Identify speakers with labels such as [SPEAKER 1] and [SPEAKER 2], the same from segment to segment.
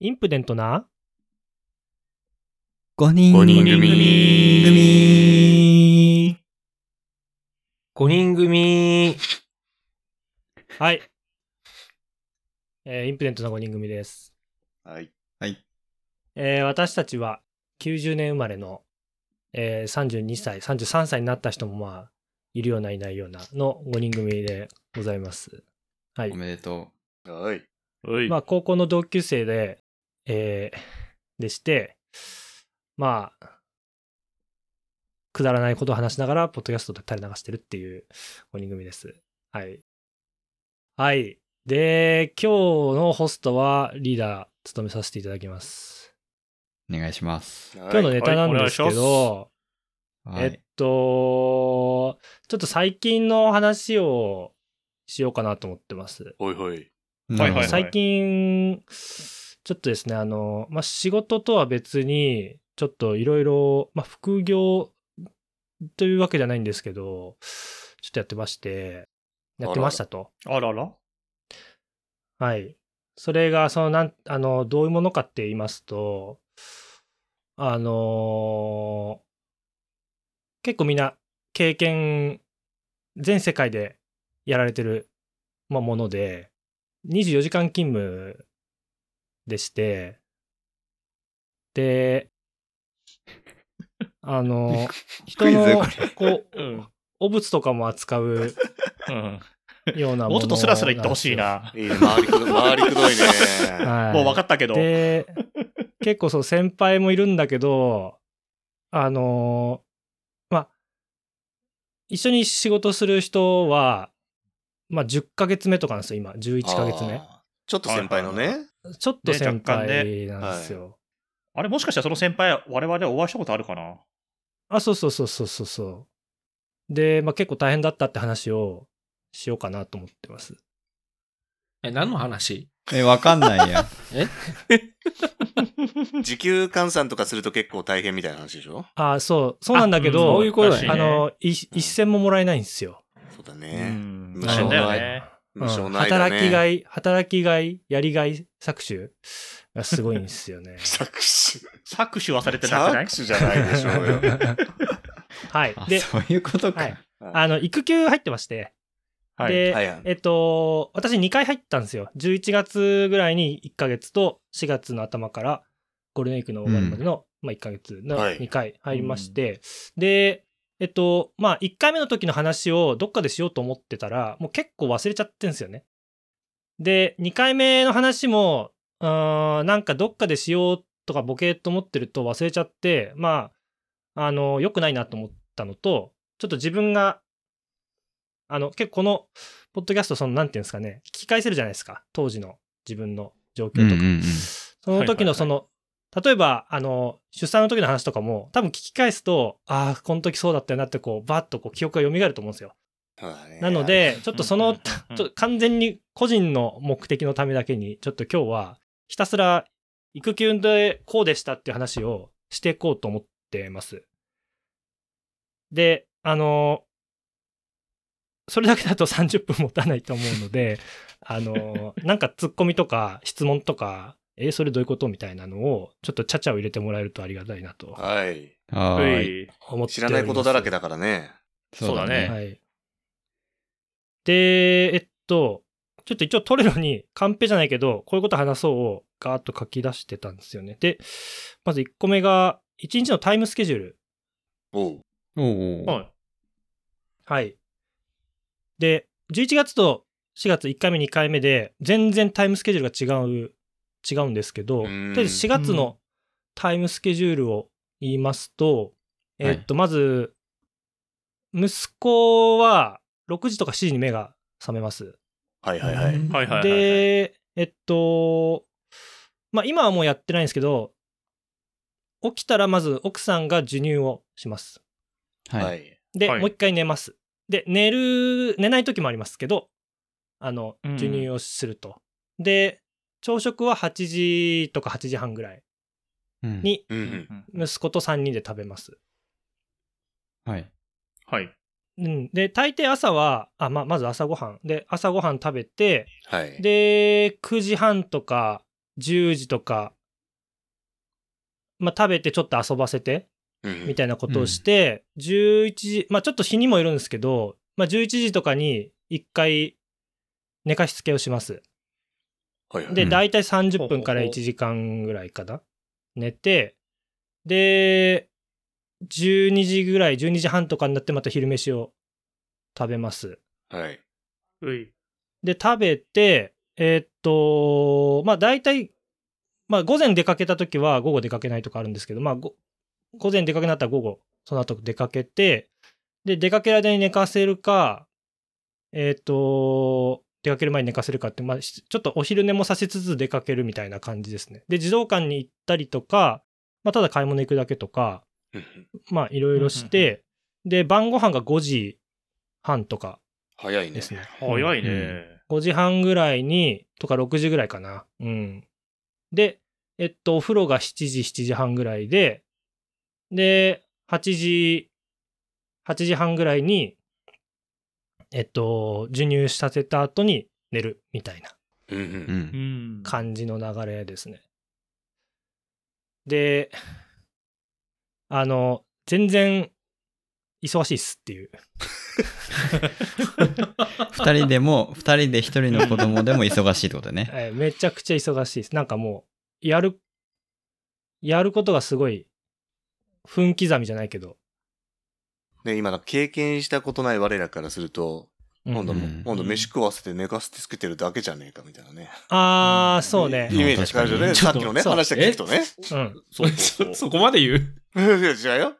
[SPEAKER 1] インプデントな
[SPEAKER 2] 5人
[SPEAKER 3] 五人組
[SPEAKER 2] 組
[SPEAKER 3] 5人組。
[SPEAKER 1] はい。えーインプデントな5人組です。
[SPEAKER 4] はい。
[SPEAKER 2] はい。
[SPEAKER 1] えー私たちは90年生まれの、えー32歳、33歳になった人もまあ、いるようないないようなの5人組でございます。はい
[SPEAKER 2] お。めでと
[SPEAKER 4] はい。
[SPEAKER 3] おい。
[SPEAKER 1] まあ、高校の同級生で、えーでして、まあ、くだらないことを話しながら、ポッドキャストで垂れ流してるっていう5人組です。はい。はい。で、今日のホストはリーダー務めさせていただきます。
[SPEAKER 2] う。お願いします。
[SPEAKER 4] 今
[SPEAKER 1] 今日のネタなんですけ
[SPEAKER 3] はいお
[SPEAKER 1] ど、
[SPEAKER 2] は
[SPEAKER 1] えっ
[SPEAKER 2] い。
[SPEAKER 1] と、ちょっと最近の話をしようかなと思ってます。
[SPEAKER 4] ほいほい。
[SPEAKER 3] はいはいはい
[SPEAKER 2] なる
[SPEAKER 1] 最近、ちょっとですね、あの、まあ、仕事とは別に、ちょっといろいろ、まあ、副業というわけじゃないんですけど、ちょっとやってまして、やってましたと。
[SPEAKER 3] あらら。
[SPEAKER 1] はい。それが、その、なん、あの、どういうものかって言いますと、あのー結構みんな経験、全世界でやられてる、まあ、もので、24時間勤務でして、 で、あの、人
[SPEAKER 2] クイズ
[SPEAKER 1] の
[SPEAKER 2] こ、
[SPEAKER 1] こう、
[SPEAKER 3] うん。
[SPEAKER 1] 汚物とかも扱う
[SPEAKER 3] うん。
[SPEAKER 1] ようなもの
[SPEAKER 3] もうちょっとスラスラ言ってほしい
[SPEAKER 1] んですよ。
[SPEAKER 3] な。
[SPEAKER 4] いいね。回りくど回りくどい ね。
[SPEAKER 1] はい。
[SPEAKER 3] もう分かったけど。うん
[SPEAKER 1] で、結構そう、先輩もいるんだけど、あのーまあ、一緒に仕事する人は、まあ、10ヶ月目とかなんですよ、今、11ヶ月目
[SPEAKER 4] あ。ー。ちょっと先輩のね。
[SPEAKER 1] ちょっと
[SPEAKER 3] ね
[SPEAKER 1] 先
[SPEAKER 3] 若干
[SPEAKER 1] 輩
[SPEAKER 3] ね
[SPEAKER 1] なんですよ。
[SPEAKER 3] あれ、もしかしたらその先輩、我々お会いしたことあるかな
[SPEAKER 1] あ、そうそうそうそうそうそう。で、まあ、結構大変だったって話をしようかなと思ってます。
[SPEAKER 5] え、何の話
[SPEAKER 2] え、わかんないや。
[SPEAKER 4] 時給換算とかすると結構大変みたいな話でしょ
[SPEAKER 1] あ、そう、そうなんだけ
[SPEAKER 5] あ
[SPEAKER 1] ど、
[SPEAKER 5] そういうことだよね
[SPEAKER 1] あの、い一銭ももらえないんですよ。
[SPEAKER 4] そうだ
[SPEAKER 3] う
[SPEAKER 4] ね。
[SPEAKER 3] ん。
[SPEAKER 4] 無
[SPEAKER 3] 大変
[SPEAKER 2] 償
[SPEAKER 3] だよ
[SPEAKER 2] の
[SPEAKER 3] ね。
[SPEAKER 4] 無償の間
[SPEAKER 1] 働
[SPEAKER 4] ね。
[SPEAKER 1] きがい、働きがい、やりがい搾取がすごいんです よね。
[SPEAKER 4] 搾
[SPEAKER 3] 搾取はされて
[SPEAKER 4] 取。
[SPEAKER 3] なくない
[SPEAKER 4] 搾取じゃないでしょうよ。
[SPEAKER 1] はい
[SPEAKER 2] あ。
[SPEAKER 1] で、
[SPEAKER 2] そういうこと
[SPEAKER 1] は
[SPEAKER 2] か
[SPEAKER 1] い。あの、育休入ってまして、
[SPEAKER 3] はい
[SPEAKER 1] で、
[SPEAKER 4] はいはい
[SPEAKER 1] えっと、私2回入ったんですよ。11月ぐらいに1ヶ月と4月の頭からゴールデンウィークの終わりまでの、まあ1ヶ月の
[SPEAKER 4] はい
[SPEAKER 1] 2回入りまして、で、えっと、まあ1回目の時の話をどっかでしようと思ってたら、もう結構忘れちゃってんですよね。で、2回目の話も、うーんなんかどっかでしようとかボケーっと思ってると忘れちゃって、まあ、あの、良くないなと思ったのと、ちょっと自分が、あの、結構この、ポッドキャスト、その、なんていうんですかね、聞き返せるじゃないですか、当時の自分の状況とか。
[SPEAKER 2] うんうんうん
[SPEAKER 1] その時のその、例えば、あの、出産の時の話とかも、多分聞き返すと、ああ、この時そうだったよなって、こう、バッとこう記憶が蘇ると思うんですよ。
[SPEAKER 4] そうだね
[SPEAKER 1] なの、で、ちょっとそ
[SPEAKER 3] うん
[SPEAKER 1] の、
[SPEAKER 3] うん
[SPEAKER 1] ち
[SPEAKER 3] うん
[SPEAKER 1] ょ完全に個人の目的のためだけに、ちょっと今日は、ひたすら育休でこうでしたっていう話をしていこうと思ってます。で、あの、それだけだと30分持たないと思うので、 あの、なんかツッコミとか質問とか、え、それどういうことみたいなのを、ちょっとちゃちゃを入れてもらえるとありがたいなと
[SPEAKER 4] はい。
[SPEAKER 2] は
[SPEAKER 3] う
[SPEAKER 2] ーい。
[SPEAKER 3] い。
[SPEAKER 1] 思って
[SPEAKER 4] 知
[SPEAKER 1] おります
[SPEAKER 4] らないことだらけだからね。
[SPEAKER 3] そうだね
[SPEAKER 1] はい。で、えっと、ちょっと一応トレロにカンペじゃないけど、こういうこと話そうをガーッと書き出してたんですよね。で、まず1個目が、1日のタイムスケジュール。
[SPEAKER 4] おう。
[SPEAKER 2] おうおう。
[SPEAKER 3] はい
[SPEAKER 1] はい。で、11月と4月1回目2回目で、全然タイムスケジュールが違う、違うんですけど、と
[SPEAKER 4] う
[SPEAKER 1] り
[SPEAKER 4] ん
[SPEAKER 1] あえず4月のタイムスケジュールを言いますと、えっと、まず、息子は6時とか7時に目が覚めます。
[SPEAKER 4] はいはいはい。
[SPEAKER 3] はいはいはい。はい、
[SPEAKER 1] で、えっと、まあ今はもうやってないんですけど、起きたらまず奥さんが授乳をします。
[SPEAKER 2] は。
[SPEAKER 4] はいい。
[SPEAKER 1] で、
[SPEAKER 3] はい
[SPEAKER 1] もう一回寝ます。で、寝る、寝ない時もありますけど、あの、
[SPEAKER 3] うん
[SPEAKER 1] 授乳をすると。で、朝食は8時とか8時半ぐらい
[SPEAKER 2] うん
[SPEAKER 1] に
[SPEAKER 4] うん
[SPEAKER 3] う
[SPEAKER 4] うん。
[SPEAKER 3] ん
[SPEAKER 1] 息子と3人で食べます。
[SPEAKER 2] はい。
[SPEAKER 3] はい。
[SPEAKER 1] うん、で、大抵朝は、あ、まあ、まず朝ごはん。で、朝ごはん食べて、
[SPEAKER 4] はい。
[SPEAKER 1] で、9時半とか10時とか、まあ、食べてちょっと遊ばせて、
[SPEAKER 4] うん
[SPEAKER 1] みたいなことをして、11時、まあ、ちょっと日にもよるんですけど、まあ、11時とかに1回寝かしつけをします。
[SPEAKER 4] はいはい。
[SPEAKER 1] で、
[SPEAKER 2] うん
[SPEAKER 1] 大体30分から1時間ぐらいかな。寝て、で、12時ぐらい、12時半とかになってまた昼飯を食べます。
[SPEAKER 4] はい。
[SPEAKER 3] うい。
[SPEAKER 1] で、食べて、えーっと、まあ大体、まあ午前出かけた時は午後出かけないとかあるんですけど、まあご午前出かけなったら午後、その後出かけて、で、出かける間に寝かせるか、えーっと、出かける前に寝かせるかって、まあしちょっとお昼寝もさせつつ出かけるみたいな感じですね。で、児童館に行ったりとか、まあただ買い物行くだけとか、
[SPEAKER 4] うん
[SPEAKER 1] まあいろいろして、で、晩ご飯が5時半とか
[SPEAKER 4] 早いね
[SPEAKER 1] で。すね。
[SPEAKER 3] 早いね。
[SPEAKER 1] 5時半ぐらいに、とか6時ぐらいかな。うん。で、えっと、お風呂が7時、7時半ぐらいで、で、8時、8時半ぐらいに、えっと、授乳させた後に寝るみたいな
[SPEAKER 4] うん
[SPEAKER 2] う
[SPEAKER 4] う。
[SPEAKER 2] ん。
[SPEAKER 3] うんん。
[SPEAKER 1] 感じの流れですね。で、あの、全然、忙しいっすっていう。
[SPEAKER 2] 二人でも、二人で一人の子供でも忙しいってことね。
[SPEAKER 1] えーめちゃくちゃ忙しいです。なんかもう、やる、やることがすごい、分刻みじゃないけど。
[SPEAKER 4] ね、今、経験したことない我らからすると、
[SPEAKER 1] うん
[SPEAKER 4] 今度も、
[SPEAKER 2] うん
[SPEAKER 4] 今度飯食わせて寝かせて作ってるだけじゃねえかみたいなね。
[SPEAKER 1] あー、そうね
[SPEAKER 4] イ。メージが違うよ
[SPEAKER 2] う
[SPEAKER 4] ね。
[SPEAKER 2] ん
[SPEAKER 4] さっきのね、
[SPEAKER 1] そう
[SPEAKER 4] 話だけ聞くと
[SPEAKER 1] う
[SPEAKER 4] ね。
[SPEAKER 1] ん。
[SPEAKER 3] そう そ
[SPEAKER 5] そう
[SPEAKER 3] そう。
[SPEAKER 5] そこまで言う
[SPEAKER 4] い や違うよ。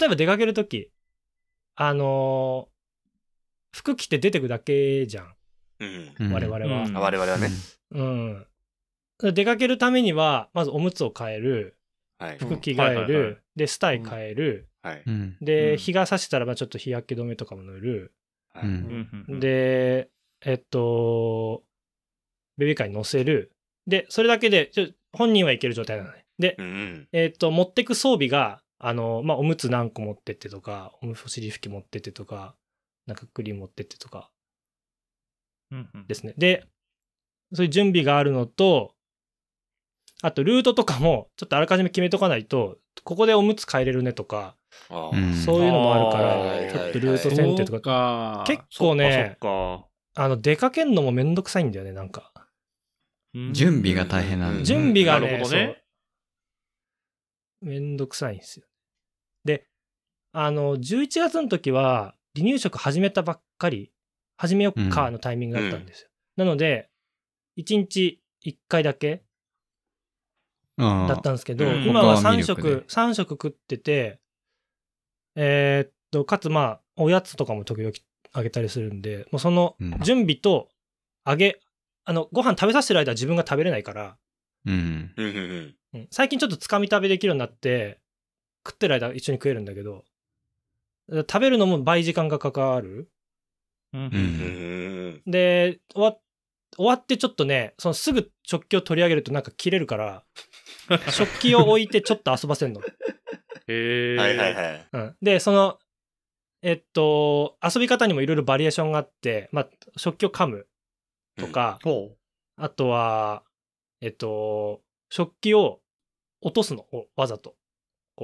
[SPEAKER 1] 例えば出かけるとき、あのー服着て出てくだけじゃん、
[SPEAKER 4] うん。
[SPEAKER 2] うん
[SPEAKER 1] 我々は。
[SPEAKER 3] うん
[SPEAKER 4] あ我々はね。
[SPEAKER 1] うん。出かけるためには、まずおむつを変える、
[SPEAKER 4] はい。
[SPEAKER 1] 服着替え
[SPEAKER 3] はいはいはい
[SPEAKER 1] る、で、スタイ変える、
[SPEAKER 4] はい。
[SPEAKER 2] うん。
[SPEAKER 3] う
[SPEAKER 1] で、
[SPEAKER 3] ん
[SPEAKER 1] 日が差したらばちょっと日焼け止めとかも塗る、
[SPEAKER 4] は
[SPEAKER 2] う
[SPEAKER 4] い。
[SPEAKER 2] ん。
[SPEAKER 3] うんうん、
[SPEAKER 1] で、えっと、ベビーカーに乗せる。で、それだけで、ちょ本人は行ける状態なのね。で
[SPEAKER 4] う、ん。
[SPEAKER 1] えっと、持ってく装備が、あの、まあ、おむつ何個持ってってとか、おむつ尻拭き持ってってとか、なんかクリーム持ってってとか
[SPEAKER 3] うんうん
[SPEAKER 1] ですね。で、そういう準備があるのと、あと、ルートとかも、ちょっとあらかじめ決めとかないと、ここでおむつ変えれるねとか、
[SPEAKER 4] あ
[SPEAKER 2] うん
[SPEAKER 1] そういうのもあるか
[SPEAKER 4] はいは
[SPEAKER 1] ら、
[SPEAKER 4] いはい
[SPEAKER 1] ちょっとルート選定とか、
[SPEAKER 5] か
[SPEAKER 1] 結
[SPEAKER 3] そ
[SPEAKER 1] 構
[SPEAKER 3] っか
[SPEAKER 1] ね、
[SPEAKER 3] そっか
[SPEAKER 1] あの、出かけんのもめんどくさいんだよね、なんか。
[SPEAKER 3] うん
[SPEAKER 2] 準備が大変なんだね
[SPEAKER 1] 準備がね、
[SPEAKER 3] なるほどね
[SPEAKER 1] そうめんどくさいんですよ。で、あの、11月の時は、離乳食始めたばっかり、始めよっかのタイミングだったんですよ。なので、1日1回だけ
[SPEAKER 2] うん
[SPEAKER 1] だったんですけど、
[SPEAKER 3] うん
[SPEAKER 1] 今は
[SPEAKER 2] 他は
[SPEAKER 1] 3
[SPEAKER 2] ミルクで
[SPEAKER 1] 食、3食食ってて、えーっと、かつまあ、おやつとかも時々あげたりするんで、もうその
[SPEAKER 2] うん
[SPEAKER 1] 準備と、あげ、あの、ご飯食べさせてる間は自分が食べれないから、
[SPEAKER 2] うん。
[SPEAKER 4] うんうんうん。
[SPEAKER 1] うん最近ちょっとつかみ食べできるようになって食ってる間一緒に食えるんだけど食べるのも倍時間がかかる
[SPEAKER 3] うん
[SPEAKER 2] う。
[SPEAKER 4] うんん
[SPEAKER 1] で終わ終わってちょっとねそのすぐ食器を取り上げるとなんか切れるから食器を置いてちょっと遊ばせんの、
[SPEAKER 3] へ
[SPEAKER 4] うん。
[SPEAKER 3] え。
[SPEAKER 4] はいはい
[SPEAKER 3] い。
[SPEAKER 4] はい。
[SPEAKER 1] うん、でそのえっと遊び方にもいろいろバリエーションがあって、まあ、食器を噛むとか、
[SPEAKER 3] ほ
[SPEAKER 1] あとはえっと食器を落とすのをわざと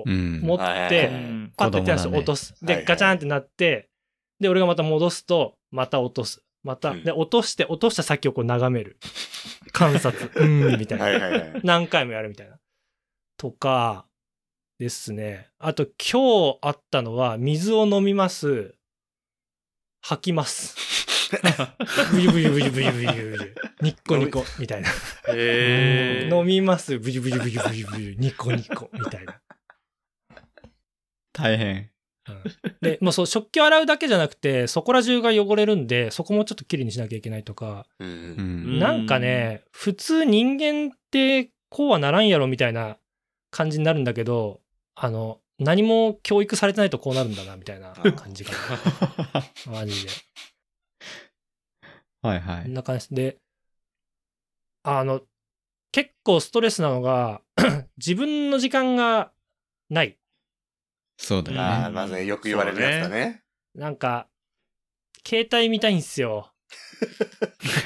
[SPEAKER 2] うん。
[SPEAKER 1] 持っ
[SPEAKER 4] う
[SPEAKER 1] て、
[SPEAKER 4] ん
[SPEAKER 1] パッて手足
[SPEAKER 2] 子
[SPEAKER 1] を
[SPEAKER 2] 供だね
[SPEAKER 1] 落とす。
[SPEAKER 4] はいは
[SPEAKER 1] で、
[SPEAKER 4] い
[SPEAKER 1] ガチャンってなって、で、俺がまた戻すと、また落とす。また、
[SPEAKER 4] うん
[SPEAKER 1] で、落として、落とした先をこう眺める。観察。うーん、みたいな。
[SPEAKER 4] はいはいはい。
[SPEAKER 1] 何回もやるみたいな。とか、ですね。あと、今日あったのは、水を飲みます。吐きます。ブユブユブユブユブユブユ。ニッコニコ、みたいな。
[SPEAKER 3] う。へえ。
[SPEAKER 1] 飲みます。ブユブユブユブユブユ。ニコニコ、みたいな。
[SPEAKER 2] 大変。
[SPEAKER 1] で、もうそう、食器を洗うだけじゃなくて、そこら中が汚れるんで、そこもちょっときれいにしなきゃいけないとか、
[SPEAKER 4] うんう
[SPEAKER 2] うんん。
[SPEAKER 1] なんかね、普通人間ってこうはならんやろみたいな感じになるんだけど、あの、何も教育されてないとこうなるんだな、みたいな感じが、 マジで。
[SPEAKER 2] はい
[SPEAKER 1] こ
[SPEAKER 2] は
[SPEAKER 1] ん
[SPEAKER 2] い。
[SPEAKER 1] な感じで、あの、結構ストレスなのが、 自分の時間がない。
[SPEAKER 2] そうだよ
[SPEAKER 4] ああ、
[SPEAKER 2] ね。
[SPEAKER 4] まずね、よく言われるやつだね。
[SPEAKER 1] なんか、携帯見たいんすよ。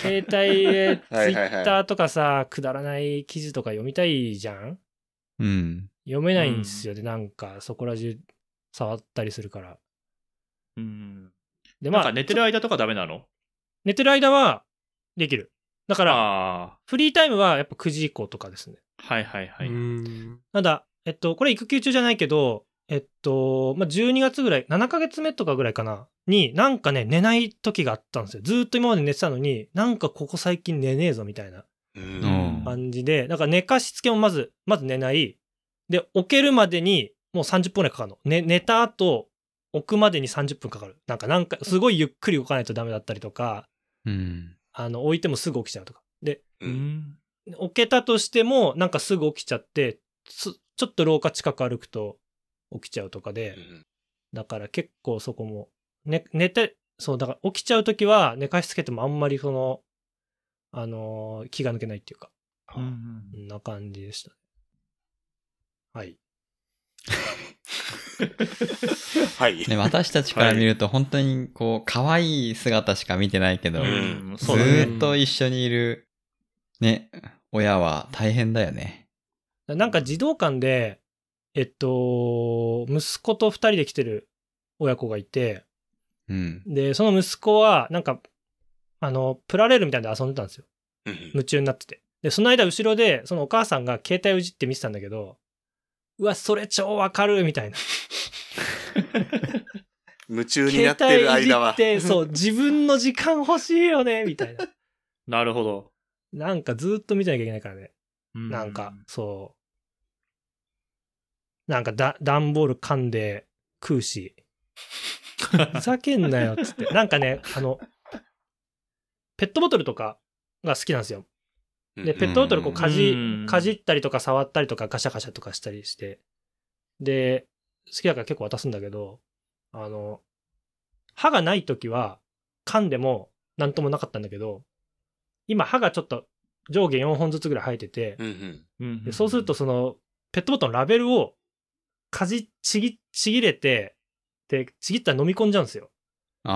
[SPEAKER 1] 携帯でツイ
[SPEAKER 4] はいはいはい
[SPEAKER 1] ッターとかさ、くだらない記事とか読みたいじゃん
[SPEAKER 2] うん。
[SPEAKER 1] 読めないんですよね、なんか、そこら中触ったりするから。
[SPEAKER 3] うん。
[SPEAKER 1] で、
[SPEAKER 3] なん
[SPEAKER 1] ま
[SPEAKER 3] か
[SPEAKER 1] あ、
[SPEAKER 3] 寝てる間とかダメなの
[SPEAKER 1] 寝てる間はできる。だから、
[SPEAKER 3] あ
[SPEAKER 1] フリータイムはやっぱ9時以降とかですね。
[SPEAKER 3] あ、はいはいは
[SPEAKER 5] う
[SPEAKER 3] い。
[SPEAKER 5] ーん
[SPEAKER 1] ただ、えっと、これ育休中じゃないけど、えっと、まあ、12月ぐらい、7ヶ月目とかぐらいかな、に、なんかね、寝ない時があったんですよ。ずーっと今まで寝てたのに、なんかここ最近寝ねえぞみたいな
[SPEAKER 4] う。
[SPEAKER 2] うんん。
[SPEAKER 1] 感じで、だから寝かしつけもまず、まず寝ない。で、起きるまでに、もう30分ぐらいかかるの。寝、寝た後、置くまでに30分かかる。なんか、なんか、すごいゆっくり動かないとダメだったりとか、
[SPEAKER 2] うん。
[SPEAKER 1] あの、置いてもすぐ起きちゃうとか。で、
[SPEAKER 4] う
[SPEAKER 3] うんん。
[SPEAKER 1] 置けたとしても、なんかすぐ起きちゃって、つちょっと廊下近く歩くと起きちゃうとかで、だから結構そこも、ね、寝て、そう、だから起きちゃうときは寝かしつけてもあんまりその、あのー気が抜けないっていうか、
[SPEAKER 3] う
[SPEAKER 1] うん
[SPEAKER 3] ん
[SPEAKER 1] そんな感じでした。はい。
[SPEAKER 4] はい。
[SPEAKER 2] で私たちから見ると本当にこう可愛い姿しか見てないけど、
[SPEAKER 3] うん
[SPEAKER 2] ず
[SPEAKER 3] そうだね。
[SPEAKER 2] ーっと一緒にいるね親は大変だよね。
[SPEAKER 1] なんか児童館で、えっと、息子と二人で来てる親子がいて、
[SPEAKER 2] うん。
[SPEAKER 1] で、その息子は、なんか、あの、プラレールみたいなので遊んでたんですよ。
[SPEAKER 4] うん
[SPEAKER 1] 夢中になってて。で、その間後ろで、そのお母さんが携帯をいじって見てたんだけど、うわ、それ超わかるみた いな。
[SPEAKER 4] 夢中になってる間は。
[SPEAKER 1] 携帯いじって、そう、自分の時間欲しいよねみたいな。
[SPEAKER 3] なるほど。
[SPEAKER 1] なんかずっと見てなきゃいけないからね。
[SPEAKER 3] うん
[SPEAKER 1] なんか、そう。なんかだ、段ボール噛んで食うし。ふざけんなよ、つって。なんかね、あの、ペットボトルとかが好きなんですよ。で、ペットボトルこうかじ、
[SPEAKER 3] うん
[SPEAKER 1] かじったりとか触ったりとかガシャガシャとかしたりして、で、好きだから結構渡すんだけど、あの、歯がない時は噛んでもなんともなかったんだけど、今歯がちょっと上下4本ずつぐらい生えてて、
[SPEAKER 4] うんうん
[SPEAKER 1] でそうすると、その、ペットボトルのラベルをかじ、ちぎ、ちぎれて、で、ちぎったら飲み込んじゃうんですよ。
[SPEAKER 2] あ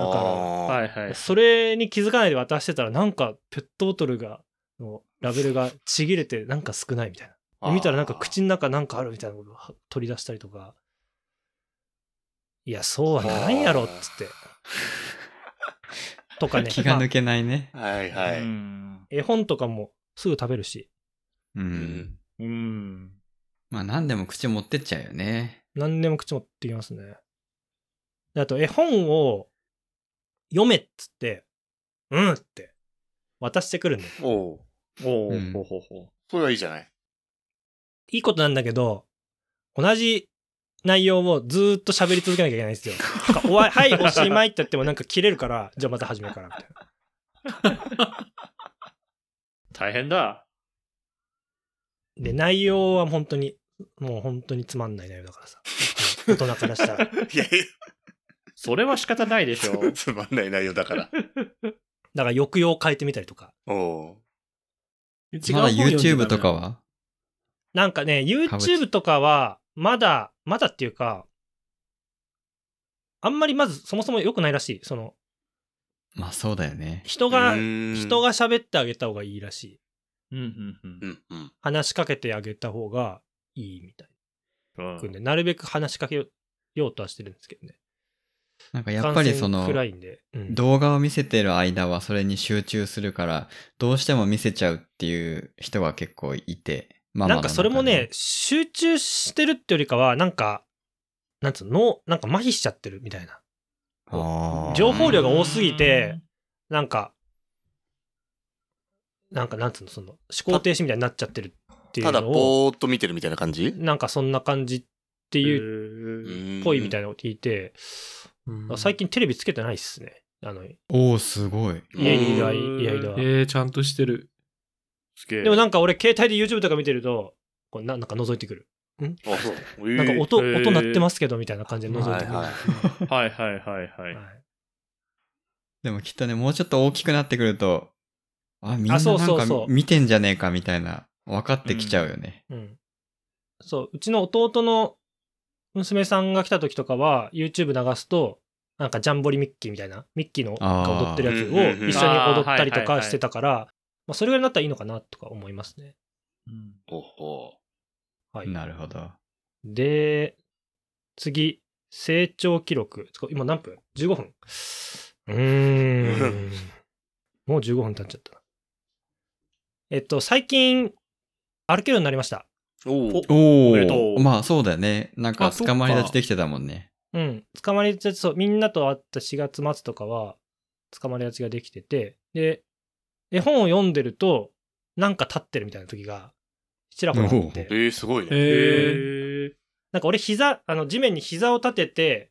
[SPEAKER 2] あ。
[SPEAKER 4] ああ。
[SPEAKER 3] はいはい。
[SPEAKER 1] それに気づかないで渡してたら、なんかペットボトルが、のラベルがちぎれて、なんか少ないみたいな。で見たらなんか口の中なんかあるみたいなことをは取り出したりとか。いや、そうはなんやろっつって。とかね。
[SPEAKER 2] 気が
[SPEAKER 1] ま
[SPEAKER 2] 抜
[SPEAKER 1] あ
[SPEAKER 2] けないね。
[SPEAKER 4] はいはい。
[SPEAKER 3] うん。
[SPEAKER 1] 絵本とかもすぐ食べるし、
[SPEAKER 2] うんん。
[SPEAKER 3] うん。
[SPEAKER 2] まあ何でも口持ってっちゃうよね。
[SPEAKER 1] 何でも口持ってきますね。であと、絵本を読めっつって、うんって渡してくるんだよ
[SPEAKER 4] おおう。
[SPEAKER 3] おお、
[SPEAKER 2] うん
[SPEAKER 3] ほうほうほ
[SPEAKER 4] それはいいじゃない。
[SPEAKER 1] いいことなんだけど、同じ内容をずーっと喋り続けなきゃいけないんですよ。なんかおわ はい、おしまいって言ってもなんか切れるから、じゃあまた始めるから、みたいな。
[SPEAKER 3] う。大変だ。
[SPEAKER 1] で、内容は本当に、もう本当につまんない内容だからさ。大人からしたら。
[SPEAKER 4] いやい
[SPEAKER 3] それは仕方ないでしょ
[SPEAKER 4] や、つまんない内容だから。
[SPEAKER 1] だから抑揚を変えてみたりとか。
[SPEAKER 4] おお
[SPEAKER 5] 違う
[SPEAKER 2] まだ
[SPEAKER 5] 本読んじゃダメ
[SPEAKER 2] YouTube とかは
[SPEAKER 1] なんかね、YouTube とかは、まだ、まだっていうか、あんまりまずそもそも良くないらしい。その、
[SPEAKER 2] まあそうだよね。
[SPEAKER 1] 人
[SPEAKER 4] う。
[SPEAKER 1] が、
[SPEAKER 4] 人
[SPEAKER 1] 人。が喋ってあげた方がいいらしい。
[SPEAKER 3] うんうん
[SPEAKER 4] うんうん。
[SPEAKER 1] 話しかけてあげた方がいいみたい。
[SPEAKER 3] うん。
[SPEAKER 1] くんで、なるべく話しかけようとはしてるんですけどね。
[SPEAKER 2] なんかやっぱりそ
[SPEAKER 1] 感
[SPEAKER 2] の
[SPEAKER 1] 染暗いんで。うん
[SPEAKER 2] 動画を見せてる間はそれに集中するから、どうしても見せちゃうっていう人が結構いて。まあまあ
[SPEAKER 1] なんかそれもね、、集中してるってよりかは、なんか、なんつうの、脳なんか麻痺しちゃってるみたいな。
[SPEAKER 2] あー
[SPEAKER 1] 情報量が多すぎて、なんか、なんかなんつうの、その、思考停止みたいになっちゃってるっていう
[SPEAKER 4] ただ、
[SPEAKER 1] のを、
[SPEAKER 4] ぼーっと見てるみたいな感じ
[SPEAKER 1] なんかそんな感じっていう
[SPEAKER 3] いう。
[SPEAKER 1] っぽいみた
[SPEAKER 4] い
[SPEAKER 1] いなのを聞いて、
[SPEAKER 5] うん
[SPEAKER 1] 最近テレビつけてないっすね。あの、
[SPEAKER 2] おおすごい。
[SPEAKER 1] 家にいる間
[SPEAKER 3] うん
[SPEAKER 1] 家にいる間は。
[SPEAKER 5] えー、ちゃんとしてる。
[SPEAKER 3] すげえ。
[SPEAKER 1] でもなんか俺携帯で YouTube とか見てると、こうななんか覗いてくる。
[SPEAKER 4] な。あそうえ
[SPEAKER 1] なんか
[SPEAKER 4] ー
[SPEAKER 1] 音、
[SPEAKER 3] へー
[SPEAKER 1] 音鳴ってますけどみたいな感じで覗いてくる。
[SPEAKER 4] は
[SPEAKER 3] は
[SPEAKER 4] いはい
[SPEAKER 3] いはいはいはい。
[SPEAKER 1] はい
[SPEAKER 2] でもきっとね、もうちょっと大きくなってくると、あ、みんな
[SPEAKER 1] あ
[SPEAKER 2] な
[SPEAKER 1] そ
[SPEAKER 2] ん
[SPEAKER 1] うそうそう
[SPEAKER 2] か見てんじゃねえかみたいな、分かってきちゃうよね。
[SPEAKER 1] うん。そう、うちの弟の娘さんが来た時とかは YouTube 流すと、なんかジャンボリミッキーみたいな、ミッキーの
[SPEAKER 2] あー
[SPEAKER 1] が踊ってるやつ
[SPEAKER 4] うんうんうん
[SPEAKER 1] を一緒に踊ったりと
[SPEAKER 3] あーはいはいは
[SPEAKER 1] か
[SPEAKER 3] い
[SPEAKER 1] してたから、まあ、それぐらいになったらいいのかなとか思いますね。
[SPEAKER 2] うん
[SPEAKER 4] ほうほ
[SPEAKER 1] はい。
[SPEAKER 2] なるほど。
[SPEAKER 1] で、次、成長記録。つか今何分 ?15 分。うー ん。もう15分経っちゃったな。えっと、最近、歩けるようになりました。
[SPEAKER 4] う。おお。
[SPEAKER 2] お
[SPEAKER 3] おめでと
[SPEAKER 2] お
[SPEAKER 3] う
[SPEAKER 2] まあそうだよね。なんか
[SPEAKER 5] あそっか
[SPEAKER 2] 捕まり立ちできてたもんね。
[SPEAKER 1] うん。捕まり立ち、そう、みんなと会った4月末とかは、捕まり立ちができてて、で、絵本を読んでると、なんか立ってるみたいな時が、ちらほらあっ
[SPEAKER 4] え
[SPEAKER 1] て、
[SPEAKER 4] ー、すごいね。
[SPEAKER 5] えー、
[SPEAKER 3] へ
[SPEAKER 1] なんか俺膝、あの、地面に膝を立てて、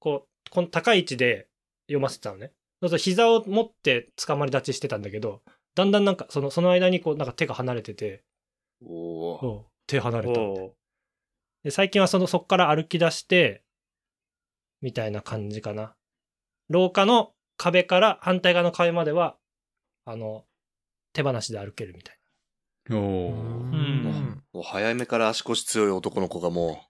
[SPEAKER 1] こう、この高い位置で読ませてたのね。そうすると膝を持って捕まり立ちしてたんだけど、だんだんなんか、その、その間にこう、なんか手が離れてて、
[SPEAKER 4] おお。
[SPEAKER 1] おう手離れたみたいな
[SPEAKER 3] お
[SPEAKER 1] で最近はそのそっから歩き出してみたいな感じかな廊下の壁から反対側の壁まではあの手放しで歩けるみたい
[SPEAKER 2] お
[SPEAKER 5] う
[SPEAKER 2] お。
[SPEAKER 5] ん
[SPEAKER 4] もう早めから足腰強い男の子がも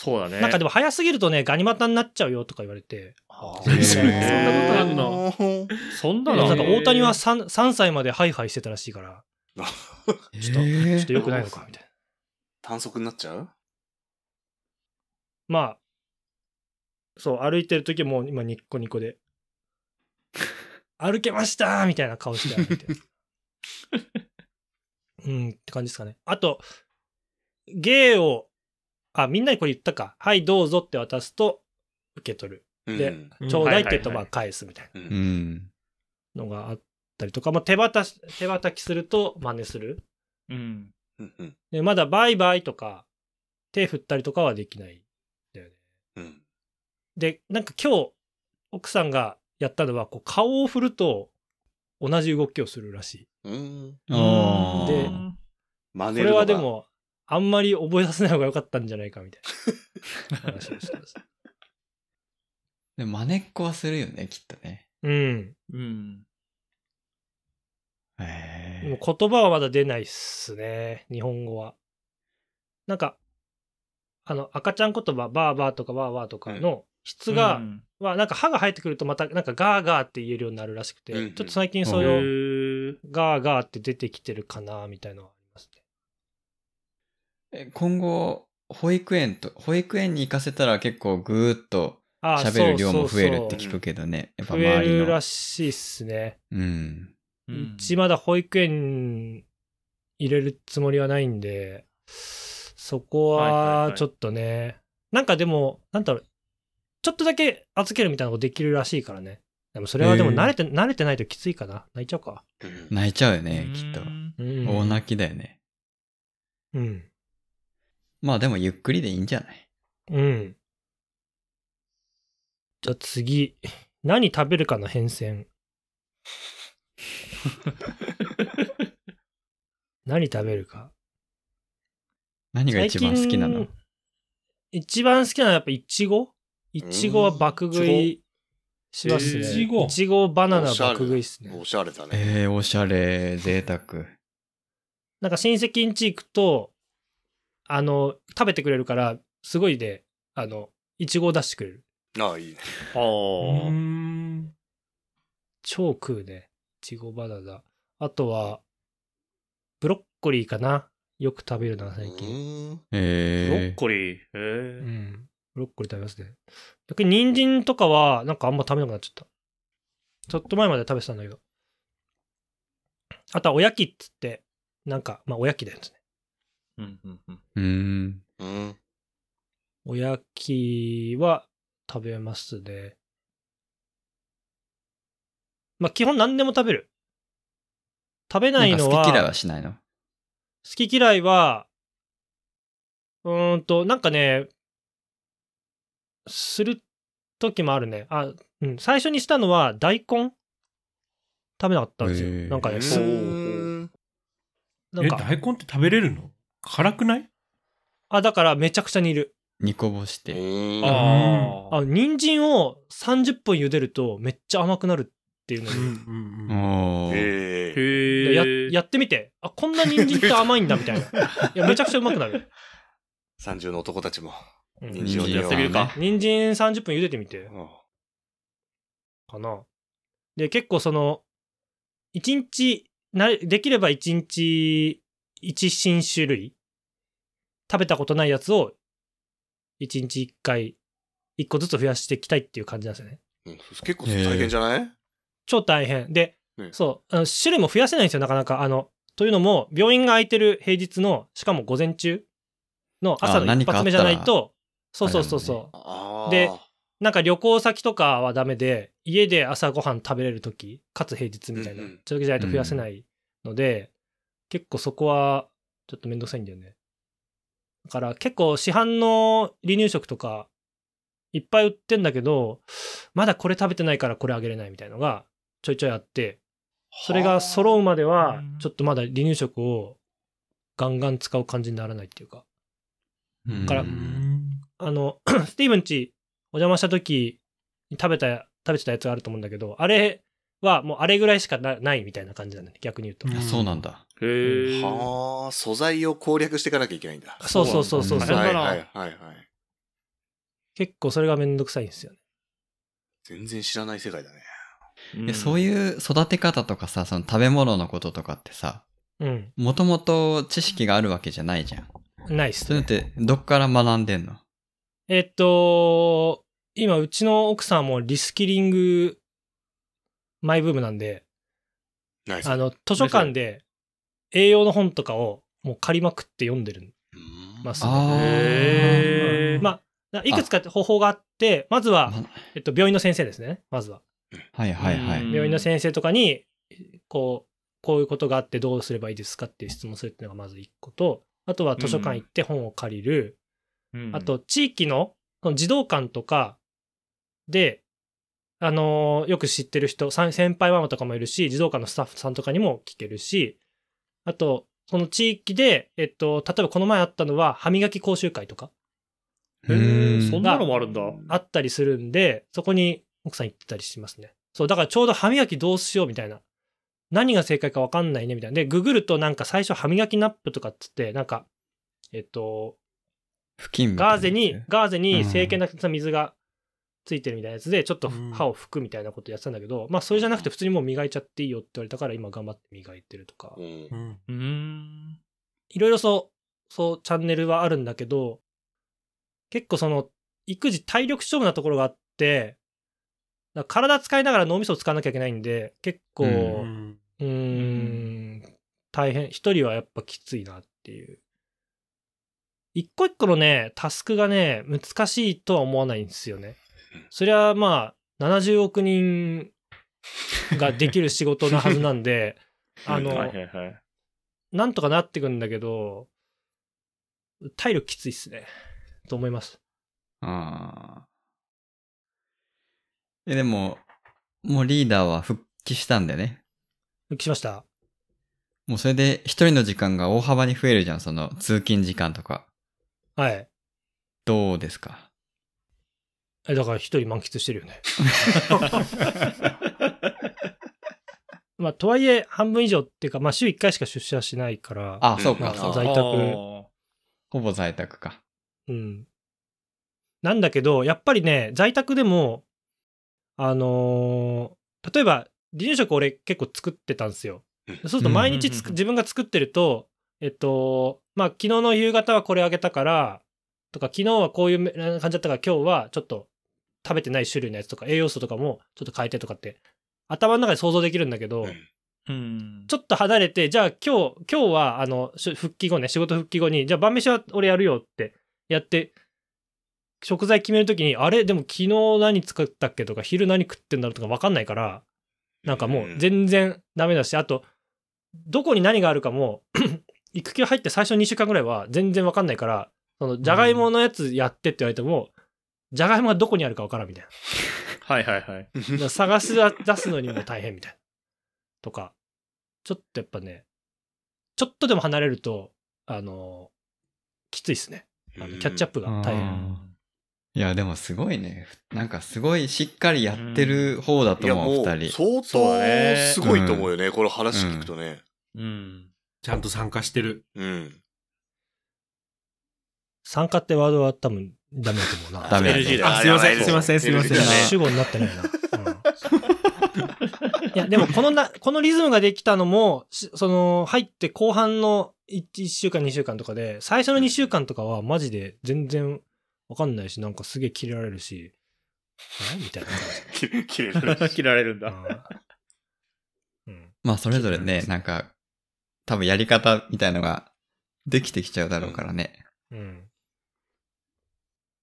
[SPEAKER 3] そうだね。
[SPEAKER 1] な、なんかでも早すぎるとねガニ股になっちゃうよとか言われて
[SPEAKER 3] あ
[SPEAKER 2] へー
[SPEAKER 3] ー
[SPEAKER 5] そんなことあんの
[SPEAKER 4] う。おー
[SPEAKER 3] そんな
[SPEAKER 5] へー
[SPEAKER 1] な
[SPEAKER 3] の
[SPEAKER 1] んか大谷は 3, 3歳までハイハイしてたらしいからちょっと,、ちょっと良くないのかみたいな
[SPEAKER 4] 短足になっちゃう
[SPEAKER 1] まあそう歩いてる時もう今ニッコニコで歩けましたみたいな顔して歩いて るうんって感じですかねあと芸をあみんなにこれ言ったかはいどうぞって渡すと受け取る
[SPEAKER 4] うん
[SPEAKER 1] で
[SPEAKER 5] うん
[SPEAKER 1] ちょうだいって言うと
[SPEAKER 3] はい
[SPEAKER 1] ま
[SPEAKER 3] はいはい
[SPEAKER 1] あ返すみたい
[SPEAKER 4] うん
[SPEAKER 2] うん。
[SPEAKER 1] なのがあったりとか、まあ、手渡し手渡きすると真似する
[SPEAKER 3] うん。
[SPEAKER 4] うんうん
[SPEAKER 1] でまだバイバイとか手振ったりとかはできないんだよね
[SPEAKER 4] うん
[SPEAKER 1] で、なんか今日、奥さんがやったのは、こう、顔を振ると、同じ動きをするらしい。
[SPEAKER 4] うん。
[SPEAKER 2] あ
[SPEAKER 1] で
[SPEAKER 2] ー
[SPEAKER 4] 真
[SPEAKER 1] こ
[SPEAKER 4] 似
[SPEAKER 1] れ
[SPEAKER 4] るのが
[SPEAKER 1] はでも、あんまり覚えさせない方が良かったんじゃないか、みたいな話をして ました。
[SPEAKER 2] でも真似っこはするよね、きっとね。
[SPEAKER 1] うん。
[SPEAKER 3] うん。
[SPEAKER 2] へ
[SPEAKER 1] で
[SPEAKER 2] え
[SPEAKER 1] も。言葉はまだ出ないっすね、日本語は。なんか、あの、赤ちゃん言葉、バーバーとかバーバーとかの質が、
[SPEAKER 3] うん
[SPEAKER 1] は、なんか歯が生えてくるとまた、なんかガーガーって言えるようになるらしくて、
[SPEAKER 4] うんうん
[SPEAKER 1] ちょっと最近
[SPEAKER 3] へ
[SPEAKER 1] それを
[SPEAKER 3] ー
[SPEAKER 1] ガーガーって出てきてるかな、みたいなのはありますね。
[SPEAKER 2] え今後、保育園と、保育園に行かせたら結構ぐーっと
[SPEAKER 1] あー
[SPEAKER 2] 喋る量
[SPEAKER 1] そ
[SPEAKER 2] も
[SPEAKER 1] うそう
[SPEAKER 2] 増
[SPEAKER 1] そう
[SPEAKER 2] えるって聞くけどね。やっぱ
[SPEAKER 1] 増
[SPEAKER 2] 周りの。
[SPEAKER 1] えるらしいっすね。
[SPEAKER 2] うん。
[SPEAKER 1] う
[SPEAKER 3] うん
[SPEAKER 1] ちまだ保育園入れるつもりはないんで、そこ
[SPEAKER 3] はいはい
[SPEAKER 1] は
[SPEAKER 3] はい
[SPEAKER 1] ちょっとね、なんかでも、なんだろう、ちょっとだけ預けるみたいなことできるらしいからね。でもそれはでも
[SPEAKER 2] へー
[SPEAKER 1] 慣れて、慣れてないときついかな。泣いちゃうか。
[SPEAKER 4] うん
[SPEAKER 2] 泣いちゃうよね、きっと
[SPEAKER 3] う。ん
[SPEAKER 1] うん。
[SPEAKER 2] 大泣きだよね。
[SPEAKER 1] うん。
[SPEAKER 2] まあでもゆっくりでいいんじゃない
[SPEAKER 1] うん。じゃあ次。何食べるかの変 遷。何食べるか。
[SPEAKER 2] 何が一番好きなの
[SPEAKER 1] 最近一番好きなのはやっぱイチゴイチゴは爆食いしますね。
[SPEAKER 5] イチゴ
[SPEAKER 1] イチゴバナナ爆食いっすね。
[SPEAKER 4] おしゃれだね。
[SPEAKER 2] えー、おしゃれ、贅沢。
[SPEAKER 1] なんか親戚んち行くと、あの、食べてくれるから、すごいで、あの、イチゴを出してくれる。
[SPEAKER 4] ああ、いいね。
[SPEAKER 3] あ
[SPEAKER 5] う
[SPEAKER 3] ー
[SPEAKER 5] ん
[SPEAKER 1] 超食うね。イチゴバナナ。あとは、ブロッコリーかな。よく食べるな、最近。
[SPEAKER 4] うん
[SPEAKER 3] ブロッ
[SPEAKER 2] えー、
[SPEAKER 3] コリー。へ
[SPEAKER 1] う
[SPEAKER 3] ー
[SPEAKER 1] ん。ブロッコリー食べますね。逆に人参とかは、なんかあんま食べなくなっちゃった。ちょっと前まで食べてたんだけど。あとはおやきっつって、なんか、まあおやきだよね。
[SPEAKER 3] うんうんうん
[SPEAKER 2] うーん。
[SPEAKER 4] うん。
[SPEAKER 1] おやきは食べますね。まあ基本何でも食べる。食べない
[SPEAKER 2] んか
[SPEAKER 1] の
[SPEAKER 2] 好
[SPEAKER 1] は、
[SPEAKER 2] き嫌いはしないの
[SPEAKER 1] 好き嫌いは、うーんと、なんかね、する時もあるね。あ、うん。最初にしたのは大根食べなかったんです
[SPEAKER 2] へ
[SPEAKER 1] よ。
[SPEAKER 2] ー
[SPEAKER 1] なんかね、
[SPEAKER 4] う
[SPEAKER 1] す
[SPEAKER 4] ん
[SPEAKER 1] な
[SPEAKER 5] え、
[SPEAKER 1] んか、
[SPEAKER 5] 大根って食べれるの辛くない
[SPEAKER 1] あ、だからめちゃくちゃ煮る。
[SPEAKER 2] 煮こぼして。
[SPEAKER 4] あ
[SPEAKER 3] あ
[SPEAKER 1] あ、
[SPEAKER 3] ー
[SPEAKER 1] 人参を30分茹でるとめっちゃ甘くなるっていうのに。
[SPEAKER 5] ん
[SPEAKER 2] おー。
[SPEAKER 4] ええ。
[SPEAKER 1] で
[SPEAKER 3] へ
[SPEAKER 1] や
[SPEAKER 3] ー
[SPEAKER 1] やってみて。あ、こんな人参って甘いんだみたいな。いや、めちゃくちゃうまくなる。
[SPEAKER 4] 30の男たちも。
[SPEAKER 1] うん
[SPEAKER 4] 人参を
[SPEAKER 3] やってみるか
[SPEAKER 2] 人参はね。
[SPEAKER 1] 人参30分茹でてみて。
[SPEAKER 4] あ
[SPEAKER 1] かな。で、結構その、一日、なできれば一日、一新種類、食べたことないやつを、一日一回、一個ずつ増やしていきたいっていう感じなんですよね。
[SPEAKER 4] うん結構大変じゃない、
[SPEAKER 1] 超大変。で、
[SPEAKER 4] ね
[SPEAKER 1] そう、あの種類も増やせないんですよ、なかなか。あの、というのも、病院が空いてる平日の、しかも午前中の朝
[SPEAKER 2] あ
[SPEAKER 1] の
[SPEAKER 2] 何
[SPEAKER 1] 一
[SPEAKER 2] かあ
[SPEAKER 1] 発
[SPEAKER 2] ったら
[SPEAKER 1] 目じゃないと、そうそうそう
[SPEAKER 2] あれだ
[SPEAKER 1] そう。
[SPEAKER 4] ああ。
[SPEAKER 1] でなんか旅行先とかはダメで、家で朝ごはん食べれるとき、かつ平日みたいな、
[SPEAKER 4] う
[SPEAKER 1] そ
[SPEAKER 4] んう
[SPEAKER 1] う
[SPEAKER 4] ん
[SPEAKER 1] いう時じゃないと増やせないので、結構そこはちょっとめんどくさいんだよね。だから結構市販の離乳食とか、いっぱい売ってんだけど、まだこれ食べてないからこれあげれないみたいのがちょいちょいあって、それが揃うまでは
[SPEAKER 5] うん、
[SPEAKER 1] ちょっとまだ離乳食をガンガン使う感じにならないっていうか。
[SPEAKER 2] うん
[SPEAKER 1] から
[SPEAKER 5] うん
[SPEAKER 1] あの、 スティーブンチお邪魔した時に食べた、食べてたやつがあると思うんだけど、あれはもうあれぐらいしかなないみたいな感じなんだね、逆に言うと。
[SPEAKER 5] うん
[SPEAKER 2] あそうなんだ。
[SPEAKER 3] へー
[SPEAKER 4] はあ、素材を攻略していかなきゃいけないんだ。
[SPEAKER 1] そうそうそうそう
[SPEAKER 2] そ
[SPEAKER 1] そうう、
[SPEAKER 3] なんだ
[SPEAKER 4] はい
[SPEAKER 3] だから
[SPEAKER 4] はいはいはい。
[SPEAKER 1] 結構それがめんどくさいんですよね。
[SPEAKER 4] 全然知らない世界だね。
[SPEAKER 2] えそう
[SPEAKER 3] う
[SPEAKER 2] いう育て方とかさ、その食べ物のこととかってさ、
[SPEAKER 1] うん。
[SPEAKER 2] もともと知識があるわけじゃないじゃん。
[SPEAKER 1] ないっす
[SPEAKER 2] そういう
[SPEAKER 1] ね
[SPEAKER 2] のっ。てどっから学んでんの
[SPEAKER 1] えっと、今、うちの奥さんもリスキリングマイブームなんで、
[SPEAKER 4] ない
[SPEAKER 1] あの、図書館で栄養の本とかをもう借りまくって読んでるんますね。
[SPEAKER 2] あー
[SPEAKER 3] へー
[SPEAKER 1] まあ、いくつか方法があって、まずは、
[SPEAKER 2] ま
[SPEAKER 1] えっと、病院の先生ですね、まずは。
[SPEAKER 2] はいはいは
[SPEAKER 3] うん
[SPEAKER 2] い。
[SPEAKER 1] 病院の先生とかに、こう、こういうことがあってどうすればいいですかっていう質問するっていうのがまず1個と、あとは図書館行って本を借りる、
[SPEAKER 3] ん
[SPEAKER 1] あと地域のその児童館とかで、あのーよく知ってる人、さん先輩ママとかもいるし、児童館のスタッフさんとかにも聞けるし、あと、その地域で、えっと、例えばこの前あったのは歯磨き講習会とか
[SPEAKER 3] へ
[SPEAKER 2] う
[SPEAKER 3] ー
[SPEAKER 2] ん
[SPEAKER 3] そんなのもあるんだ。
[SPEAKER 1] あったりするんで、そこに奥さん行ってたりしますね。そう、だからちょうど歯磨きどうしようみたいな。何が正解かわかんないねみたいな。で、ググるとなんか最初歯磨きナップとかっつって、なんか、えっと、
[SPEAKER 2] 付近
[SPEAKER 1] ガーゼに、ガーゼ
[SPEAKER 2] う
[SPEAKER 1] に
[SPEAKER 2] ん
[SPEAKER 1] 清潔な水がついてるみたいなやつで、ちょっと歯を拭くみたいなことやってたんだけど、まあそれじゃなくて普通にもう磨いちゃっていいよって言われたから、今頑張って磨いてるとか
[SPEAKER 4] う。ん
[SPEAKER 5] うん
[SPEAKER 3] うん。
[SPEAKER 1] いろいろそう、そう、チャンネルはあるんだけど、結構その、育児体力勝負なところがあって、だから体使いながら脳みそを使わなきゃいけないんで、結構、、
[SPEAKER 2] う
[SPEAKER 5] うんん
[SPEAKER 1] ーん、大変。一人はやっぱきついなっていう。一個一個のね、タスクがね、難しいとは思わないんですよね。そりゃまあ、70億人ができる仕事なはずなんで、あの、
[SPEAKER 3] はいはいはい。
[SPEAKER 1] なんとかなってくんだけど、体力きついっすね。と思います。
[SPEAKER 2] ああ。え、でも、もうリーダーは復帰したんでね。
[SPEAKER 1] 復帰しました。
[SPEAKER 2] もうそれで一人の時間が大幅に増えるじゃん、その通勤時間とか。
[SPEAKER 1] はい。
[SPEAKER 2] どうですか
[SPEAKER 1] えだから一人満喫してるよね。まあ、とはいえ、半分以上っていうか、まあ、週1回しか出社しないから、
[SPEAKER 2] あ、
[SPEAKER 4] うん
[SPEAKER 2] そう
[SPEAKER 1] まあ
[SPEAKER 2] か、
[SPEAKER 1] そ
[SPEAKER 2] そうう
[SPEAKER 1] 在
[SPEAKER 2] か。
[SPEAKER 1] 宅
[SPEAKER 2] ほぼ在宅か。
[SPEAKER 1] うん。なんだけど、やっぱりね、在宅でも、あのー例えば、離乳食俺結構作ってたんですよ。そうすると毎日つく
[SPEAKER 3] うん
[SPEAKER 1] 自分が作ってると、えっと、まあ、昨日の夕方はこれあげたから、とか、昨日はこういうめ感じだったから、今日はちょっと食べてない種類のやつとか、栄養素とかもちょっと変えてとかって、頭の中で想像できるんだけど、
[SPEAKER 4] うん
[SPEAKER 3] うん。
[SPEAKER 1] ちょっと離れて、じゃあ今日、今日は、あの、し復帰後ね、仕事復帰後に、じゃあ晩飯は俺やるよってやって、食材決めるときに、あれでも昨日何作ったっけとか、昼何食ってんだろうとか分かんないから、なんかもう全然ダメだし、あと、どこに何があるかも、 育休入って最初2週間ぐらいは全然分かんないから、その、じゃがいものやつやってって言われても、じゃがいもがどこにあるか分からんみたいな。
[SPEAKER 3] はいはいはい。
[SPEAKER 1] だから探すあ出すのにも大変みたいな。とか、ちょっとやっぱね、ちょっとでも離れると、あの、きついっすね。あのキャッチアッ
[SPEAKER 4] プ。
[SPEAKER 1] プが大
[SPEAKER 2] う
[SPEAKER 1] 変。
[SPEAKER 2] んいや、でもすごいね。なんかすごいしっかりやってる方だ
[SPEAKER 4] い
[SPEAKER 2] と
[SPEAKER 4] や、
[SPEAKER 2] 思う、
[SPEAKER 4] もう、
[SPEAKER 2] 二人。
[SPEAKER 4] 相
[SPEAKER 3] そうだ
[SPEAKER 4] 当
[SPEAKER 3] ね
[SPEAKER 4] すごいと思うよね。この話聞くとね。
[SPEAKER 3] うん。
[SPEAKER 5] ちゃんと参加してる。
[SPEAKER 4] うん。
[SPEAKER 1] 参加ってワードは多分ダメだと思うな。
[SPEAKER 2] ダメだと思う
[SPEAKER 3] NG だ
[SPEAKER 5] あすいませ
[SPEAKER 4] や
[SPEAKER 5] ん
[SPEAKER 4] ば
[SPEAKER 5] すいませんすいませ
[SPEAKER 4] だ
[SPEAKER 5] ん
[SPEAKER 4] ね
[SPEAKER 1] 主語になってないな。うんいや、でもこのな、このリズムができたのも、しその、入って後半の 1, 週間、2週間とかで、最初の2週間とかはマジで全然わかんないし、なんかすげえ切れられるし、えみたいな感
[SPEAKER 4] 切 切れ る。
[SPEAKER 3] 切られるんだ。
[SPEAKER 1] じ。うんうん。
[SPEAKER 2] まあそれぞれね
[SPEAKER 1] う、ん
[SPEAKER 2] なんか、多分やり方みたいのができてきちゃうだろうからね。
[SPEAKER 1] うん。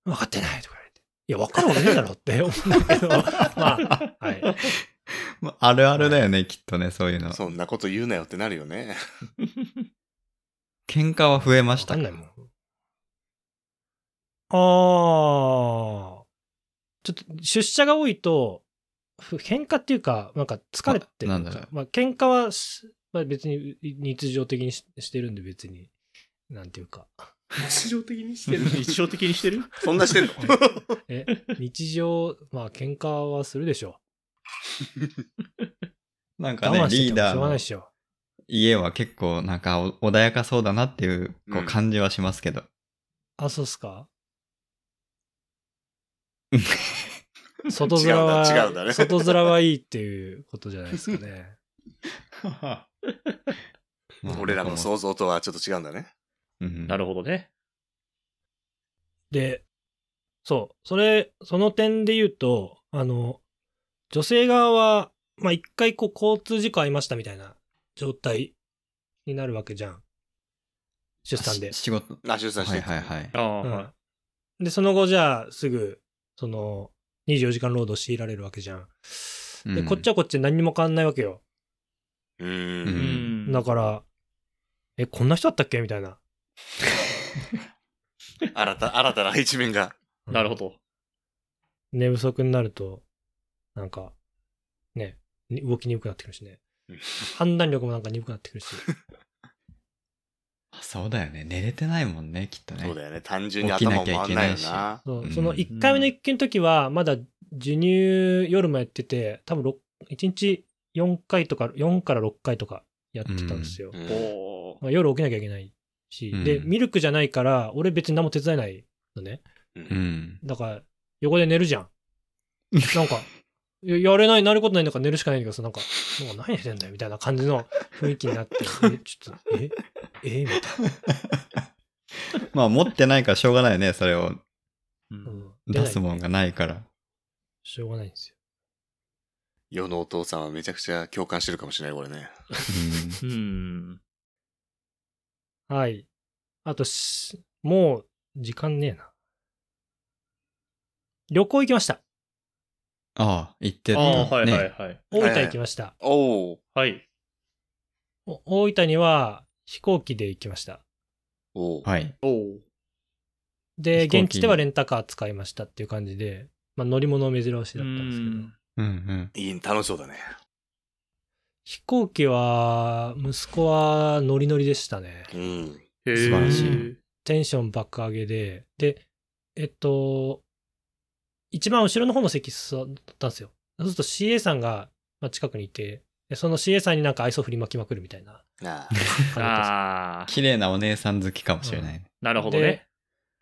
[SPEAKER 1] 分かってないとか言われて。いや、分かるわけねえだろって思う けど、まあ、はい。
[SPEAKER 2] まああるあるだよね、きっとね、そういうの。
[SPEAKER 4] そんなこと言うなよってなるよね。
[SPEAKER 2] 喧嘩は増えまし
[SPEAKER 1] わか
[SPEAKER 2] た
[SPEAKER 1] んないもん。ああ。ちょっと出社が多いと、ふ喧嘩っていうか、なんか疲れてる
[SPEAKER 2] あ
[SPEAKER 1] の
[SPEAKER 2] なんだろ
[SPEAKER 1] か
[SPEAKER 2] う。
[SPEAKER 1] まあ、喧嘩はし、まあ、別に日常的にししてるんで別に、なんていうか。
[SPEAKER 5] 日常的にし
[SPEAKER 3] 日常的にしてる
[SPEAKER 4] そんなしてんの
[SPEAKER 1] え、日常、まあ喧嘩はするでしょ
[SPEAKER 2] なんか
[SPEAKER 1] う。
[SPEAKER 2] ね
[SPEAKER 1] 我慢、し
[SPEAKER 2] リ
[SPEAKER 1] て
[SPEAKER 2] ー
[SPEAKER 1] てもし
[SPEAKER 2] ダー
[SPEAKER 1] ょうがない
[SPEAKER 2] の
[SPEAKER 1] でしょ。
[SPEAKER 2] 家は結構なんかお穏やかそうだなっていうこ
[SPEAKER 4] う
[SPEAKER 2] うん感じはします けど。
[SPEAKER 1] あ、そうっすか
[SPEAKER 2] うん
[SPEAKER 1] 外面は、
[SPEAKER 4] 違うんだ違うんだね
[SPEAKER 1] 外面はいいっていうことじゃないですか ね。
[SPEAKER 2] まあ
[SPEAKER 4] 俺らの想像とはちょっと違うんだね。
[SPEAKER 2] うん
[SPEAKER 3] なるほどね。
[SPEAKER 1] で、そう、それ、その点で言うと、あの、女性側は、まあ、一回こう、交通事故ありましたみたいな状態になるわけじゃん。出産で
[SPEAKER 2] し。仕事。
[SPEAKER 4] あ、出産し
[SPEAKER 2] は
[SPEAKER 4] て。
[SPEAKER 2] いはいはい。
[SPEAKER 3] ああ、はい
[SPEAKER 1] うん、で、その後じゃあ、すぐ、その、24時間労働強いられるわけじゃん。で、
[SPEAKER 2] うん
[SPEAKER 1] こっちはこっちで何にも変わんないわけよ。
[SPEAKER 4] うー。
[SPEAKER 2] うん
[SPEAKER 3] ん
[SPEAKER 1] だから、え、こんな人だったっけみたいな。
[SPEAKER 4] 新た、新たな一面が。
[SPEAKER 3] なるほど。
[SPEAKER 1] 寝不足になると、なんか、ね、に動き鈍くなってくるしね
[SPEAKER 4] うん。
[SPEAKER 1] 判断力もなんか鈍くなってくるし。
[SPEAKER 2] あそうだよね。寝れてないもんね、きっとね。
[SPEAKER 4] そうだよね。単純に頭も回んないよな。
[SPEAKER 1] そう
[SPEAKER 2] うん
[SPEAKER 1] その1回目の一件の時は、まだ授乳夜もやってて、多分ろく1日4回とか、4から6回とかやってたんですよ。
[SPEAKER 4] うん
[SPEAKER 3] おー
[SPEAKER 1] まあ、夜起きなきゃいけないし、
[SPEAKER 2] うん
[SPEAKER 1] で、ミルクじゃないから、俺別に何も手伝えないのね。
[SPEAKER 4] うん
[SPEAKER 2] うん。
[SPEAKER 1] だから、横で寝るじゃん。なんか、ややれない、なることないんだから寝るしかないんだけどさ、なんか、なんか何やってんだよみたいな感じの雰囲気にな って、えちょっと、ええみたい
[SPEAKER 2] まあ持ってないからしょうがないよね、それを。
[SPEAKER 1] な。うん出
[SPEAKER 2] 出
[SPEAKER 1] ない
[SPEAKER 2] すもんがないから。
[SPEAKER 1] しょうがないんですよ。
[SPEAKER 4] 世のお父さんはめちゃくちゃ共感してるかもしれない、これね。
[SPEAKER 3] うん。
[SPEAKER 1] はい。あとし、もう、時間ねえな。旅行行きました。
[SPEAKER 2] ああ、行って
[SPEAKER 3] あ
[SPEAKER 2] た。
[SPEAKER 3] あ、はいはい
[SPEAKER 2] ね
[SPEAKER 3] はい。
[SPEAKER 1] 大分行きました。
[SPEAKER 4] おお。
[SPEAKER 3] はい。
[SPEAKER 1] お大分には飛行機で行きました。
[SPEAKER 4] おお。
[SPEAKER 2] はい。
[SPEAKER 3] おお。
[SPEAKER 1] で、
[SPEAKER 2] 飛行機
[SPEAKER 1] 現地ではレンタカー使いましたっていう感じで、まあ乗り物珍しだったんですけど。
[SPEAKER 2] うんうん。
[SPEAKER 4] いい、楽しそうだね。
[SPEAKER 1] 飛行機は、息子はノリノリでしたね。
[SPEAKER 4] うん。
[SPEAKER 3] 素
[SPEAKER 2] 素晴らしい。
[SPEAKER 1] テンション爆上げで、で、えっと、一番後ろの方の席座ったんですよ。そうすると CA さんがまあ近くにいて、でその CA さんになんか愛想振りまきまくるみたいな感
[SPEAKER 4] ああ。
[SPEAKER 1] じだったんですよ
[SPEAKER 3] ああ、
[SPEAKER 2] 綺麗なお姉さん好きかもしれない。
[SPEAKER 3] なるほど
[SPEAKER 1] で
[SPEAKER 3] ね。、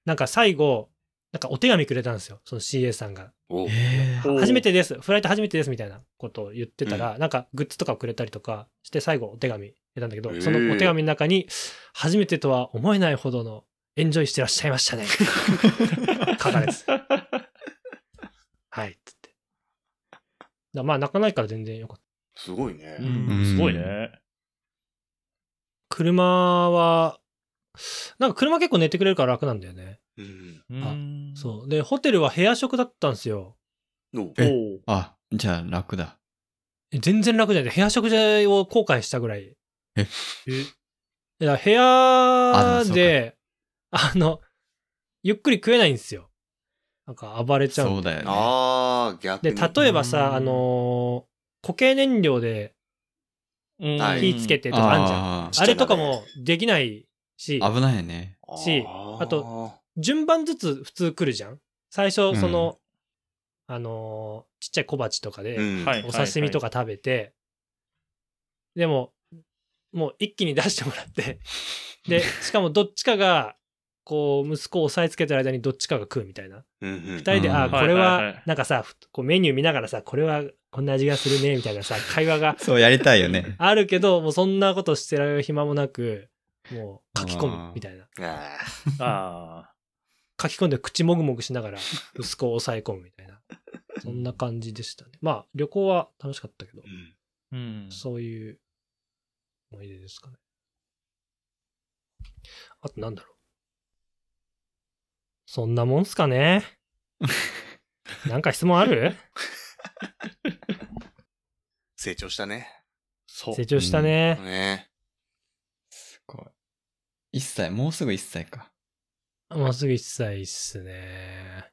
[SPEAKER 1] なんか最後、なんかお手紙くれたんですよ、その CA さんが。
[SPEAKER 4] おお。
[SPEAKER 2] え
[SPEAKER 3] お う
[SPEAKER 1] 初めてです、フライト初めてですみたいなことを言ってたら、なんかグッズとかをくれたりとかして、最後お手紙得たんだけど、
[SPEAKER 4] えー
[SPEAKER 1] そのお手紙の中に、初めてとは思えないほどのエンジョイしてらっしゃいま したね。書かれてた。はい、つって。だまあ、泣かないから全然よかった。
[SPEAKER 4] すごいうね。
[SPEAKER 2] うん
[SPEAKER 3] ん、すごいね。
[SPEAKER 1] 車は、なんか車結構寝てくれるから楽なんだよね。
[SPEAKER 4] うん。
[SPEAKER 3] うん
[SPEAKER 1] そう。で、ホテルは部屋食だったんですよ。
[SPEAKER 4] おう
[SPEAKER 3] お
[SPEAKER 2] え
[SPEAKER 3] お。
[SPEAKER 2] あ、じゃあ楽だ。
[SPEAKER 1] え全然楽じゃない。部屋食事を後悔したぐらい。
[SPEAKER 2] え
[SPEAKER 1] いや、部屋
[SPEAKER 2] あそうか
[SPEAKER 1] で、あの、ゆっくり食えないんですよ。なんか暴れちゃう。
[SPEAKER 2] そうだよね。
[SPEAKER 4] ああ、逆
[SPEAKER 1] で、
[SPEAKER 4] に。
[SPEAKER 1] 例えば
[SPEAKER 5] う
[SPEAKER 1] さ、
[SPEAKER 5] ん
[SPEAKER 1] あのー固形燃料で
[SPEAKER 4] はい
[SPEAKER 1] 火つけてとかあんじゃん。
[SPEAKER 2] あ
[SPEAKER 4] ー
[SPEAKER 1] あれとかもできないし、
[SPEAKER 2] あ危ないよね。
[SPEAKER 1] しあと、順番ずつ普通来るじゃん。最初、その、あのーちっちゃい小鉢とかで、
[SPEAKER 4] うん。
[SPEAKER 3] はい
[SPEAKER 1] お刺身とか食べて、でももう一気に出してもらってでしかもどっちかがこう息子を押さえつけてる間にどっちかが食うみたいな
[SPEAKER 4] うんう
[SPEAKER 1] 二
[SPEAKER 4] ん。
[SPEAKER 1] 人で、
[SPEAKER 2] うん
[SPEAKER 1] あ
[SPEAKER 2] はい
[SPEAKER 1] これ
[SPEAKER 3] はいは
[SPEAKER 1] はいなんかさ、こうメニュー見ながらさこれはこんな味がするねみたい なさ会話が
[SPEAKER 2] そうやりたいよね。
[SPEAKER 1] あるけどもうそんなことしてられる暇もなくもう書き込むみたいな
[SPEAKER 4] あ
[SPEAKER 3] ああ。
[SPEAKER 1] 書き込んで口もぐもぐしながら息子を抑え込むみたいなそんな感じでしたねまあ旅行は楽しかったけど
[SPEAKER 4] ーうん
[SPEAKER 3] うん。
[SPEAKER 1] そういう思い出ですかね。あとなんだろう。そんなもんすかねなんか質問ある
[SPEAKER 4] 成長したね。
[SPEAKER 3] そう。
[SPEAKER 1] 成長したね。
[SPEAKER 4] ね
[SPEAKER 2] こう1歳、もうすぐ1歳か。
[SPEAKER 1] もうすぐ1歳っすね。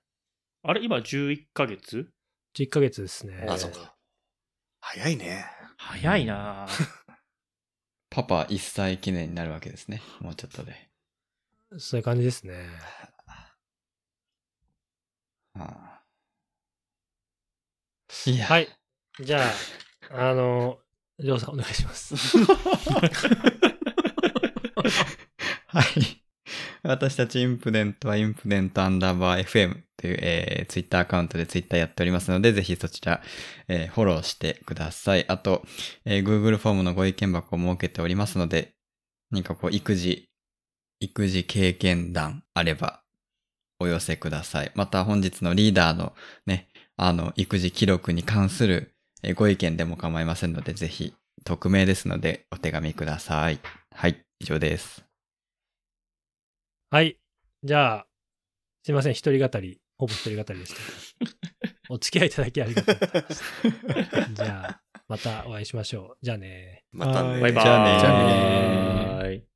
[SPEAKER 3] あれ今11ヶ月
[SPEAKER 1] 1ヶ月ですね。
[SPEAKER 4] あ、そっか。早いね。
[SPEAKER 3] 早いなあ
[SPEAKER 2] パパ1歳記念になるわけですね。もうちょっとで。
[SPEAKER 1] そういう感じですね。
[SPEAKER 2] ああいや、
[SPEAKER 1] はい。じゃあ、あの、ジョーさんお願いします。
[SPEAKER 2] はい。私たちインプデントはインプデントアンダーバー FM という、えツイッター Twitter アカウントでツイッターやっておりますので、ぜひそちら、えーフォローしてください。あと、えー Google フォームのご意見箱を設けておりますので、何かこう、育児、育児経験談あれば、お寄せください。また本日のリーダーのね、あの、育児記録に関するえーご意見でも構いませんので、ぜひ、匿名ですので、お手紙ください。はい、以上です。
[SPEAKER 1] はい。じゃあ、すいません。一人語り、ほぼ一人語りでした。お付き合いいただきありがとうございました。じゃあ、またお会いしましょう。じゃあね。
[SPEAKER 4] またね
[SPEAKER 1] はーい
[SPEAKER 3] バイバーイ。
[SPEAKER 2] じゃあね
[SPEAKER 5] じゃあ
[SPEAKER 3] ね。